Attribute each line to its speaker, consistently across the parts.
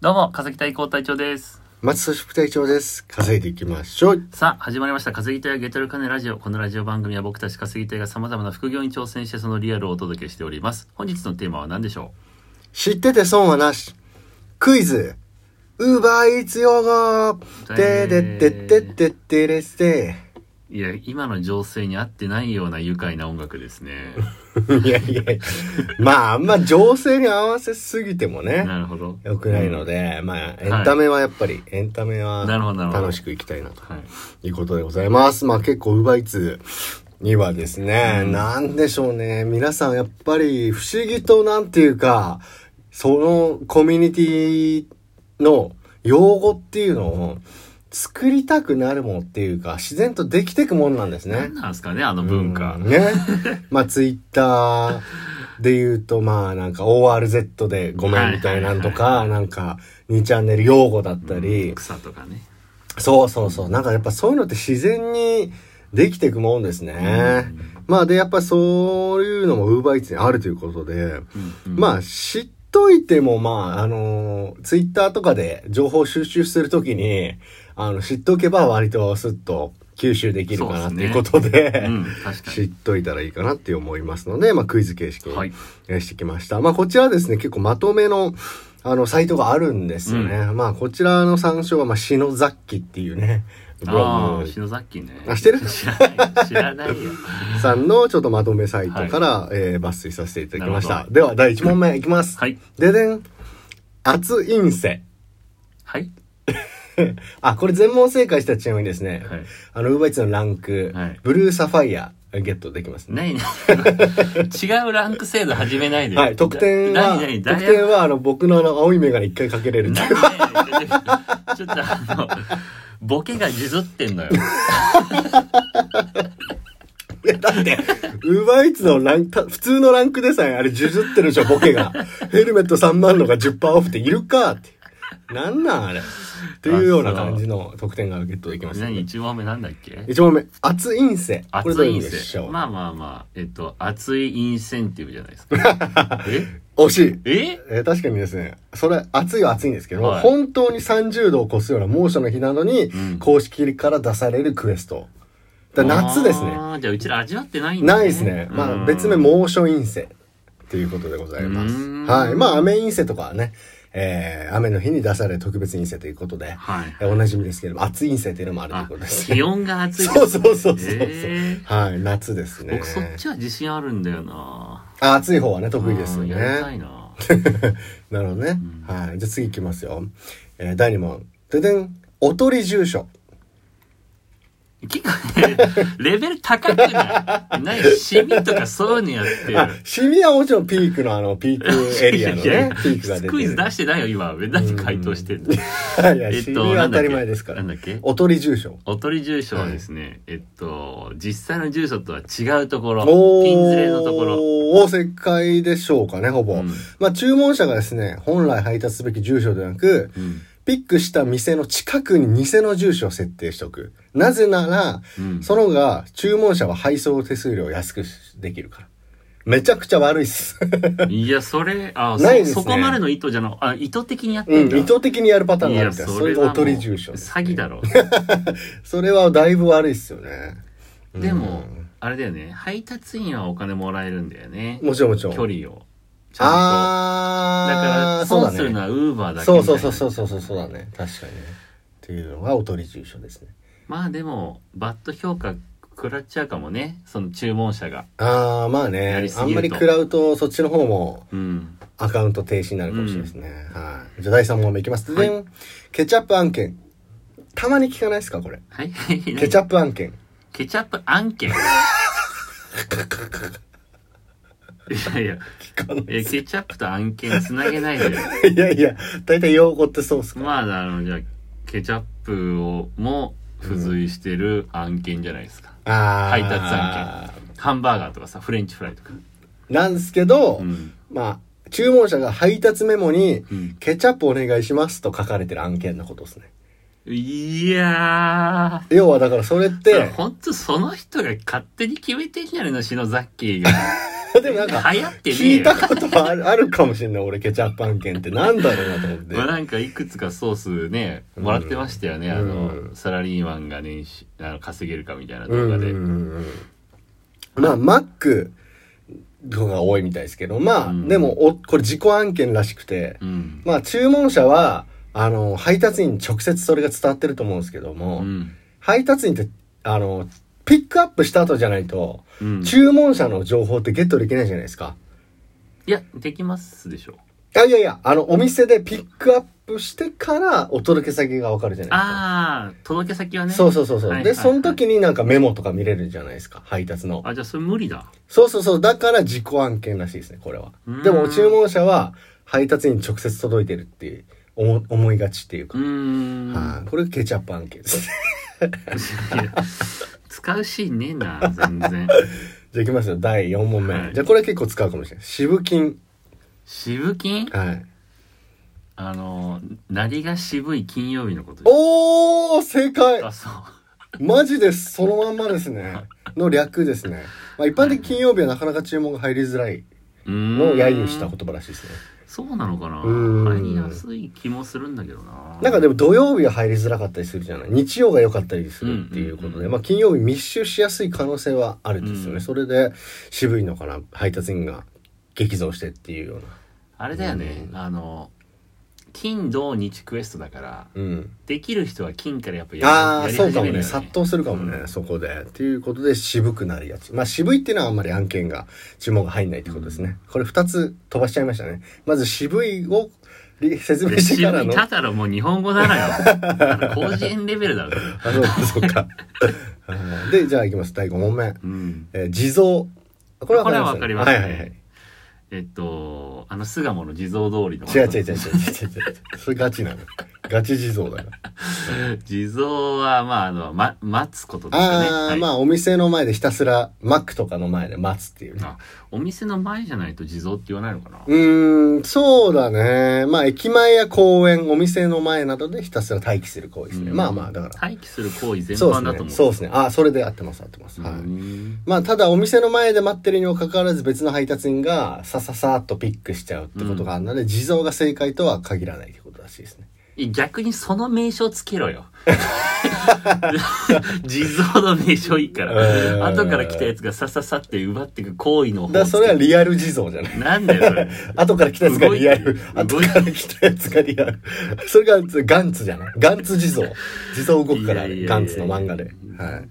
Speaker 1: どうも、稼ぎたい高隊長です。
Speaker 2: 松戸副隊長です。稼いでいきましょう。
Speaker 1: さあ、始まりました。稼ぎたいゲトルカネラジオ。このラジオ番組は僕たち稼ぎたいが様々な副業に挑戦してそのリアルをお届けしております。本日のテーマは何でしょ
Speaker 2: 知ってて損はなし。クイズ。ウーバーイーツ用語。てでててててれせ。
Speaker 1: ういや、今の情勢に合ってないような愉快な音楽です ね。
Speaker 2: いやいやまあ、あんま情勢に合わせすぎてもね、
Speaker 1: なるほど。
Speaker 2: 良くないので、まあ、エンタメはやっぱり、エンタメは
Speaker 1: なるほどなるほど
Speaker 2: 楽しくいきたいなと
Speaker 1: はい。
Speaker 2: いうことでございます。まあ結構ウーバーイーツにはですね、
Speaker 1: うん
Speaker 2: なんでしょうね。皆さんやっぱり不思議となんていうか、そのコミュニティの用語っていうのを作りたくなるもんっていうか、自然とできてくもんなんですね
Speaker 1: 何。なんですかね、あの文化
Speaker 2: う。んね。 まあツイッターで言うと、まあなんか ORZ でごめんみたいなんとか、なんか2チャンネル用語だったり、
Speaker 1: 草とかね。
Speaker 2: そうそうそう。なんかやっぱそういうのって自然にできていくもんですね。まあで、やっぱそういうのも Uber Eats にあるということで、ま
Speaker 1: あ、
Speaker 2: あ知っといても、まああの、Twitter とかで情報収集するときに、あの、知っとけば割とスッと吸収できるか
Speaker 1: そう
Speaker 2: な
Speaker 1: で
Speaker 2: と
Speaker 1: すね
Speaker 2: いうことで、
Speaker 1: うん、確か
Speaker 2: 知っといたらいいかなって思いますので、まあクイズ形式
Speaker 1: に。
Speaker 2: に
Speaker 1: はい。
Speaker 2: えーしてきました。まあ、こちらはですね、結構まとめの、あの、サイトがあるんですよね。まあ、こちらの参照は、まあ、シノザッキっていうね、ブ
Speaker 1: あ
Speaker 2: ロ
Speaker 1: あ、篠崎ね。
Speaker 2: あ知ってる
Speaker 1: 知らない。知らないよ。
Speaker 2: グさんのちょっとまとめサイトから、えー抜粋させていただきまし
Speaker 1: なる
Speaker 2: た
Speaker 1: ほ。
Speaker 2: では、第1問目いきます。
Speaker 1: はい。
Speaker 2: ででん。熱陰性。
Speaker 1: はい。
Speaker 2: あ、これ全問正解したちなみにですね、
Speaker 1: はい。
Speaker 2: あの、ウーバーイーツのランク、
Speaker 1: はい
Speaker 2: ブルーサファイア、ゲットできますね。
Speaker 1: ないない違うランク制度始めないでよ。
Speaker 2: はい、得点は、
Speaker 1: な何何
Speaker 2: 得
Speaker 1: 大
Speaker 2: 点
Speaker 1: 学
Speaker 2: は、あの、僕のあの、青い目が一回かけれるっていう。
Speaker 1: 何々ちょっとあの、ボケがじずってんのよ。
Speaker 2: いやだって、ウーバーイーツのランク、普通のランクでさえあれ、じゅずってるでしょ、ボケ が。ヘルメット3万のが10%オフっているかって。なんなんあれ。っていうような感じの得点がゲットできました、
Speaker 1: 何一問目なんだっけ
Speaker 2: 1問目、熱陰性。これ
Speaker 1: 熱
Speaker 2: どういう
Speaker 1: い
Speaker 2: 意
Speaker 1: 陰
Speaker 2: 味でしょ
Speaker 1: 性。
Speaker 2: う、
Speaker 1: まあまあまあ、えっと、熱いインセンティブじゃないですか。え
Speaker 2: 惜しい。
Speaker 1: え
Speaker 2: えー確かにですね、それ、暑いは暑いんですけど、
Speaker 1: はい
Speaker 2: 本当に30度を超すような猛暑の日などに、
Speaker 1: うん
Speaker 2: 公式から出されるクエスト。だから夏ですね。
Speaker 1: あーじゃあうちら味わってないんだ、ね、
Speaker 2: ないですね。ま
Speaker 1: う
Speaker 2: あ
Speaker 1: ん
Speaker 2: 別名猛暑陰性っていうことでございま
Speaker 1: う
Speaker 2: す
Speaker 1: ん。
Speaker 2: はい。まあ雨陰性とかはね、えー雨の日に出される特別陰性ということで、
Speaker 1: はい。
Speaker 2: えーおなじみですけれども、暑い陰性というのもあるという
Speaker 1: あ
Speaker 2: ことで、すね。
Speaker 1: 気温が暑い。
Speaker 2: そうそうそうそうそう、
Speaker 1: え
Speaker 2: はい、夏です
Speaker 1: ー
Speaker 2: ね
Speaker 1: 僕。そっちは自信あるんだよな。
Speaker 2: あ暑い方はね、得意ですよ
Speaker 1: うん
Speaker 2: ね。
Speaker 1: やりたいな。
Speaker 2: なるほどね。
Speaker 1: ん
Speaker 2: はい。じゃあ次いきますよ。えー第2問。ででん、おとり住所。
Speaker 1: 結構ね、レベル高くないないシミとかそういうのやって
Speaker 2: あ
Speaker 1: る。、
Speaker 2: シミはもちろんピークのあの、ピークエリアの
Speaker 1: いやい
Speaker 2: ね
Speaker 1: や、
Speaker 2: ピークが出てる。
Speaker 1: クイズ出してないよ、今。何回答してんの
Speaker 2: いや、シミは当たり前ですから
Speaker 1: な。んだっけ
Speaker 2: おとり住所。
Speaker 1: おとり住所はですね、えっと、実際の住所とは違うところ、
Speaker 2: おー
Speaker 1: ピンズレのところ。
Speaker 2: お正解でしょうかね、ほぼ。
Speaker 1: うん
Speaker 2: まあ、注文者がですね、本来配達すべき住所ではなく、
Speaker 1: うん
Speaker 2: ピックした店の近くに偽の住所を設定しておく。なぜなら、
Speaker 1: うん
Speaker 2: その方が注文者は配送手数料を安くできるから。めちゃくちゃ悪いっす。
Speaker 1: いや、それ、あ、
Speaker 2: ないです
Speaker 1: そ
Speaker 2: ね
Speaker 1: そこまでの意図じゃなあ、意図的にやっ
Speaker 2: う
Speaker 1: てん
Speaker 2: ん、
Speaker 1: だ。
Speaker 2: 意図的にやるパターン
Speaker 1: い
Speaker 2: がある
Speaker 1: や、
Speaker 2: から、
Speaker 1: そ
Speaker 2: それ
Speaker 1: れ
Speaker 2: が
Speaker 1: は
Speaker 2: お
Speaker 1: も
Speaker 2: と
Speaker 1: う
Speaker 2: り住所です、
Speaker 1: 詐欺だろ。
Speaker 2: それはだいぶ悪いっすよね。うん
Speaker 1: でも、あれだよね、配達員はお金もらえるんだよね。
Speaker 2: もちろんもちろ
Speaker 1: 距
Speaker 2: ん。
Speaker 1: 離を。ちゃんとだか
Speaker 2: あ
Speaker 1: ら
Speaker 2: ー、そうだ
Speaker 1: 損
Speaker 2: ね
Speaker 1: するのはウーバーだけ
Speaker 2: そ
Speaker 1: み
Speaker 2: う
Speaker 1: た
Speaker 2: そ
Speaker 1: いうな
Speaker 2: そうそうそうそうそうだね確かにねっていうのがおとり住所ですね
Speaker 1: まあでもバッド評価食らっちゃうかもねその注文者が
Speaker 2: ああまあ
Speaker 1: や
Speaker 2: ね
Speaker 1: りすぎ
Speaker 2: あ
Speaker 1: ると
Speaker 2: んまり食らうとそっちの方も
Speaker 1: うん
Speaker 2: アカウント停止になるかもしれないですね、はいじゃあ第3問目いきます、
Speaker 1: はい
Speaker 2: でんケチャップ案件たまに聞かないですかこれ
Speaker 1: はい
Speaker 2: ケチャップ案件
Speaker 1: ケチャップ案件いやいや
Speaker 2: 聞かない
Speaker 1: えケチャップと案件つなげないでよ
Speaker 2: いやいや大体用語ってそうっすか、
Speaker 1: まああのじゃあケチャップをも付随してる案件じゃないですか、
Speaker 2: ああ
Speaker 1: 配達案ハンバーガーとかさフレンチフライとか
Speaker 2: 件なんですけど、
Speaker 1: うん
Speaker 2: まあ注文者が配達メモに
Speaker 1: うん
Speaker 2: 「ケチャップお願いします」と書かれてる案件のことですね
Speaker 1: いやー
Speaker 2: 要はだからそれっ
Speaker 1: で
Speaker 2: て
Speaker 1: 本当その人が勝手に決めてんじゃねえの篠ザッキーが
Speaker 2: や でもなんか、
Speaker 1: 流行ってねえ
Speaker 2: 聞い
Speaker 1: よ
Speaker 2: たことあるあるかもしれない、俺、ケチャップ案件って。なんだろうなと思って。
Speaker 1: まあ、なんかいくつかソースねもらってましたよね、あの、
Speaker 2: うん
Speaker 1: サラリーマンが年収あの稼げるかみたいな
Speaker 2: う
Speaker 1: 動
Speaker 2: んう
Speaker 1: 画
Speaker 2: んう
Speaker 1: で、
Speaker 2: んうんまあ、マックのが多いみたいですけど、まあ、
Speaker 1: うん
Speaker 2: でもお、これ自己案件らしくて、
Speaker 1: うん
Speaker 2: まあ、注文者は、あの、配達員に直接それが伝わってると思うんですけど
Speaker 1: う
Speaker 2: も、
Speaker 1: ん
Speaker 2: 配達員って、あの、ピックアップした後じゃないと、
Speaker 1: うん
Speaker 2: 注文者の情報ってゲットできないじゃないですか。
Speaker 1: いやできますでしょ
Speaker 2: あいやいや、あの、お店でピックアップしてからお届け先がわかるじゃないですか。
Speaker 1: ああ届け先はね
Speaker 2: そうそうそうそう、
Speaker 1: はい
Speaker 2: で、
Speaker 1: はいはい
Speaker 2: その時になんかメモとか見れるじゃないですか、配達の。
Speaker 1: あじゃあそれ無理だ
Speaker 2: そうそうそう、だから自己案件らしいですね、これは
Speaker 1: うーん。
Speaker 2: でも、注文者は配達員に直接届いてるっていう、思思いがちっていう
Speaker 1: う
Speaker 2: か。
Speaker 1: ーん
Speaker 2: はい、これケチャップ案件ですね。
Speaker 1: いや使うシーンねえな全然
Speaker 2: じゃあいきますよ、第4問目。
Speaker 1: はい
Speaker 2: じゃあこれ結構使うかもしれない。渋金。
Speaker 1: 渋金
Speaker 2: はい。
Speaker 1: あのなりが渋い金曜日のことです
Speaker 2: おー正解
Speaker 1: あそう
Speaker 2: マジです。そのまんまで すね。の略ですね。まあ一般的に金曜日はなかなか注文が入りづらいう
Speaker 1: ーん
Speaker 2: のを揶揄した言葉らしいですね。
Speaker 1: そうなのかな
Speaker 2: うーん
Speaker 1: 入りやすい気もするんだけどな
Speaker 2: なんかでも土曜日は入りづらかったりするじゃない。日曜が良かったりするっていうこと
Speaker 1: うんうん
Speaker 2: で、
Speaker 1: うん
Speaker 2: まあ金曜日密集しやすい可能性はあるんです
Speaker 1: う
Speaker 2: よね。
Speaker 1: ん
Speaker 2: それで渋いのかな、配達員が激増してっていうような。
Speaker 1: あれだよね、あの金土日クエストだから
Speaker 2: うん。
Speaker 1: できる人は金からやっぱ
Speaker 2: ああ、
Speaker 1: り
Speaker 2: そう
Speaker 1: 始
Speaker 2: か
Speaker 1: め
Speaker 2: も
Speaker 1: るよ
Speaker 2: ね。殺到するかもね、
Speaker 1: うん
Speaker 2: そこで。っていうことで渋くなるやつ。まあ渋いっていうのはあんまり案件が、注文が入んないってことですね。これ二つ飛ばしちゃいましたね。まず渋いをり説明
Speaker 1: で
Speaker 2: してから
Speaker 1: 渋
Speaker 2: の。
Speaker 1: いただろもう日本語なら よあの広辞苑レベルだろそれ
Speaker 2: あ、そうか、そ うか。うんで、じゃあ行きます。第5問目。
Speaker 1: うん
Speaker 2: えー、地蔵。これはわかります
Speaker 1: これ
Speaker 2: よね
Speaker 1: はわかりますね
Speaker 2: はいはいはい。
Speaker 1: えっとあの巣鴨の地蔵通りの
Speaker 2: 違う違う違う違う違う 違う。それガチなの。ガチ地蔵だから。
Speaker 1: 地蔵はまああの、ま、待つことですかね
Speaker 2: ああ、
Speaker 1: はい
Speaker 2: まあお店の前でひたすら、マックとかの前で待つっていう。
Speaker 1: あお店の前じゃないと地蔵って言わないのかな、
Speaker 2: うーん、そうだね。まあ、駅前や公園、お店の前などでひたすら待機する行為ですね。
Speaker 1: うん
Speaker 2: まあまあ、だから。
Speaker 1: 待機する行為全
Speaker 2: そう
Speaker 1: 般だ
Speaker 2: で
Speaker 1: と思う
Speaker 2: すね。そうですね。あ、それで合ってます、合ってます。はい。
Speaker 1: うん
Speaker 2: まあ、ただお店の前で待ってるにもかかわらず別の配達員がさささっとピックしちゃうってことがあるので、地蔵が正解とは限らないってことらしいですね。
Speaker 1: いや逆にその名称つけろ よ。地蔵の名称いいか
Speaker 2: うん
Speaker 1: ら。後から来たやつがさささって奪っていく行為の
Speaker 2: だ
Speaker 1: 方
Speaker 2: からそれはリアル地蔵じゃない。
Speaker 1: なんだよ、 それ。
Speaker 2: 後から来たやつがリアル。
Speaker 1: 動
Speaker 2: 後
Speaker 1: いてる
Speaker 2: から来たやつがリアル。それがガンツじゃないガンツ地蔵。地蔵動くから、
Speaker 1: いやいやいやいや
Speaker 2: ガンツの漫画で。はい。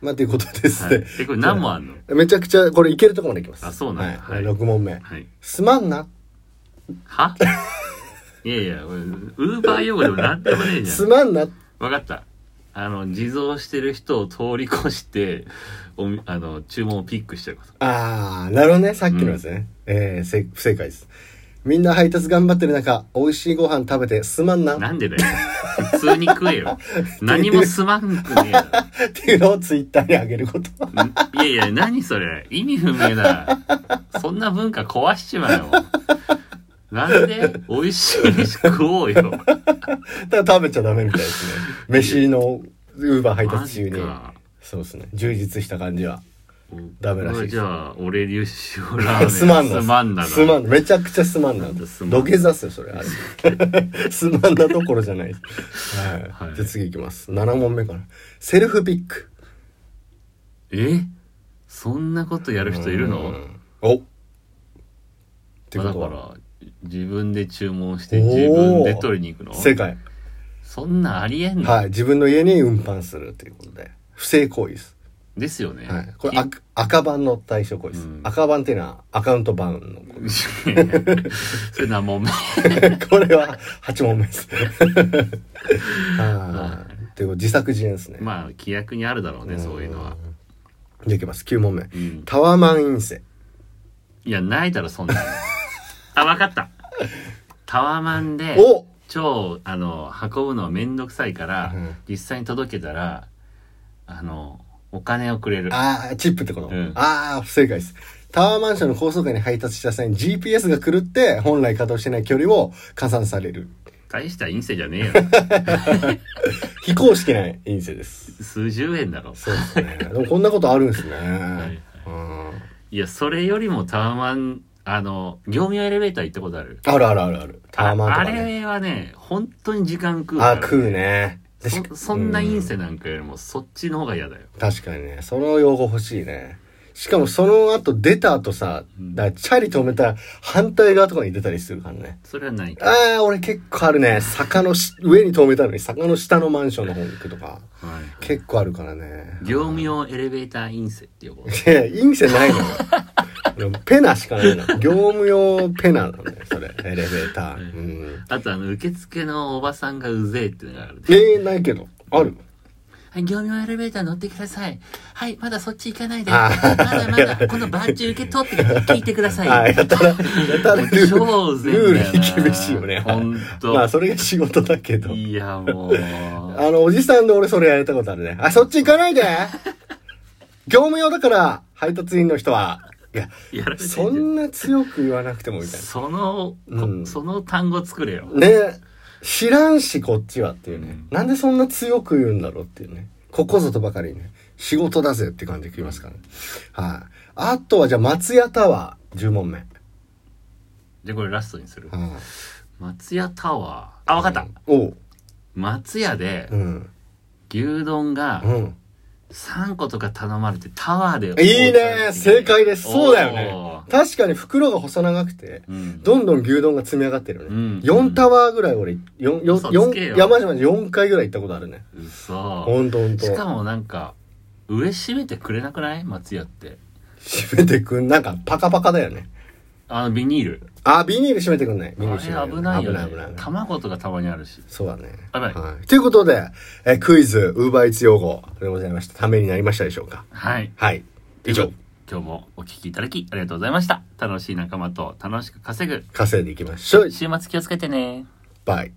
Speaker 2: まあ、ということです
Speaker 1: はい
Speaker 2: ね。
Speaker 1: で、これ何もあんの
Speaker 2: めちゃくちゃ、これいけるところまでいきます。
Speaker 1: あそうなんだ
Speaker 2: は
Speaker 1: はい
Speaker 2: い。6問目。
Speaker 1: はい。
Speaker 2: すまんな。
Speaker 1: はいやいや、これウーバー用語でもなんでもねえじゃ
Speaker 2: す
Speaker 1: ん。
Speaker 2: まんな。
Speaker 1: わかった。あの、地蔵してる人を通り越して、おみあの、注文をピックしちゃうこと。
Speaker 2: あー、なるほどね。さっきのですね。えー、せ不正解です。みんな配達頑張ってる中、美味しいご飯食べてすまんな。
Speaker 1: なんでだよ。普通に食え よ。何もすまんくねえな。
Speaker 2: っていうのをツイッターに上げること。
Speaker 1: んいやいや、何それ。意味不明だ。そんな文化壊しちまえよ。なんで美味しい飯食おうよ。
Speaker 2: だから食べちゃダメみたいですね。飯のウーバー配達中に
Speaker 1: マジか。
Speaker 2: そうですね。充実した感じは。ダメらしいです
Speaker 1: じゃあ、俺流塩ラーメン。
Speaker 2: すまんな。
Speaker 1: すまんなが。
Speaker 2: すまんな。めちゃくちゃすまんな
Speaker 1: なんだすま。んな
Speaker 2: 土下座っすよ、それ。あれすまんなどころじゃないです。はい。
Speaker 1: はい
Speaker 2: じゃあ次いきます。7問目から。セルフピック。
Speaker 1: えそんなことやる人いるの
Speaker 2: うんおって
Speaker 1: まあ
Speaker 2: こ
Speaker 1: だ
Speaker 2: と
Speaker 1: か
Speaker 2: は。
Speaker 1: ら、自分で注文して自分で取りに行くの
Speaker 2: 正解。
Speaker 1: そんなんありえんの、
Speaker 2: はい。自分の家に運搬するということで。不正行為です。
Speaker 1: ですよね。
Speaker 2: はい。これ赤、赤番の対象行為です。
Speaker 1: うん
Speaker 2: 赤番っていうのはアカウント番の行為。
Speaker 1: いやいやそれ何問目。
Speaker 2: これは8問 目です。はい。ということで自作自演ですね。
Speaker 1: まあ、規約にあるだろうね、そういうのは。
Speaker 2: じゃあいきます。9問目。
Speaker 1: うん
Speaker 2: タワマン院生。
Speaker 1: いや、ないだろ、 そんなの。あ、わかった。タワマンで、
Speaker 2: お
Speaker 1: 超、あの、運ぶのめんどくさいから、
Speaker 2: うん
Speaker 1: 実際に届けたら、あの、お金をくれる。
Speaker 2: ああ、チップってこと、
Speaker 1: うん
Speaker 2: ああ、不正解です。タワーマンションの高層階に配達した際に GPS が狂って本来稼働してない距離を加算される。
Speaker 1: 大した陰性じゃねえよ。
Speaker 2: 非公式な陰性です。
Speaker 1: 数十円だろ。
Speaker 2: そうですね。でもこんなことあるんですね。
Speaker 1: いはい
Speaker 2: うん
Speaker 1: いや、それよりもタワマン、あの、業務用エレベーター行ったことある
Speaker 2: あるあるあるある。タワマンとか
Speaker 1: ああ
Speaker 2: ね。
Speaker 1: れはね、本当に時間食うから
Speaker 2: あ、食うね。でし
Speaker 1: そそんな陰性なんかよりも、そっちの方が嫌だよ。
Speaker 2: 確かにね。その用語欲しいね。しかもその後出た後さ、だからチャリ止めたら反対側とかに出たりするからね。
Speaker 1: それはないか。
Speaker 2: ああ、俺結構あるね。坂のし上に止めたのに坂の下のマンションの方に行くとか。
Speaker 1: はい
Speaker 2: 結構あるからね。
Speaker 1: 業務用エレベーター陰性って呼ぼう。
Speaker 2: いや、いい店ないのよ。 俺ペナしかないの。業務用ペナなんだよ、それ。エレベーター。うん。
Speaker 1: あと、あの、受付のおばさんがうぜえっていうのがあるね。
Speaker 2: えー、ないけど。ある
Speaker 1: はい、業務用エレベーター乗ってください。はい、まだそっち行かないで。ま
Speaker 2: あー
Speaker 1: だまだ、このバッジ受け取って聞いてください。
Speaker 2: あーやたら、やたらルール
Speaker 1: 超うぜえんだよ
Speaker 2: ル
Speaker 1: な
Speaker 2: ールに厳しいよね。
Speaker 1: ほんと
Speaker 2: まあ、それが仕事だけど。
Speaker 1: いや、もう。
Speaker 2: あの、おじさんで俺それやれたことあるね。あ、そっち行 かないで業務用だから、配達員の人は。いや、
Speaker 1: やられてんじゃ
Speaker 2: そ
Speaker 1: ん
Speaker 2: んな強く言わなくてもみたいな。
Speaker 1: その、こ
Speaker 2: うん
Speaker 1: その単語作れよ。
Speaker 2: ね知らんしこっちはっていうね、
Speaker 1: うん
Speaker 2: なんでそんな強く言うんだろうっていうねここぞとばかりにね仕事だぜって感じで聞きますからねはいあとはじゃあ松屋タワー10問目はい
Speaker 1: じゃあこれラストにする。松屋タワー。あ、わかった。
Speaker 2: おう
Speaker 1: 松屋で
Speaker 2: うん
Speaker 1: 牛丼が
Speaker 2: うん
Speaker 1: 3個とか頼まれてタワーで。
Speaker 2: いいね正解ですそうだよね
Speaker 1: おー
Speaker 2: 確かに袋が細長くて
Speaker 1: うん。
Speaker 2: どんどん牛丼が積み上がってるよね、
Speaker 1: うん
Speaker 2: 4タワーぐらい俺4
Speaker 1: 嘘つけよ
Speaker 2: 山々で4回ぐらい行ったことあるね
Speaker 1: 嘘
Speaker 2: ほんとほんと
Speaker 1: しかもなんか、上閉めてくれなくない松屋って。
Speaker 2: 閉めてくんなんかパカパカだよね
Speaker 1: あの、ビニール。
Speaker 2: あビニール閉めてくんないビニー
Speaker 1: あ
Speaker 2: ル閉め
Speaker 1: れ
Speaker 2: てく
Speaker 1: 危
Speaker 2: ん
Speaker 1: ないよ
Speaker 2: 危ない危ない
Speaker 1: ね。卵とかたまにあるし。
Speaker 2: そうだね。
Speaker 1: 危ない
Speaker 2: はい。ということで、えークイズ、ウーバーイーツ用語でございました。ためになりましたでしょうか
Speaker 1: はい。
Speaker 2: はい。以上、
Speaker 1: 今日もお聞きいただきありがとうございました。楽しい仲間と楽しく稼ぐ。
Speaker 2: 稼いでいきましょう。
Speaker 1: 週末気をつけてね。
Speaker 2: バイ。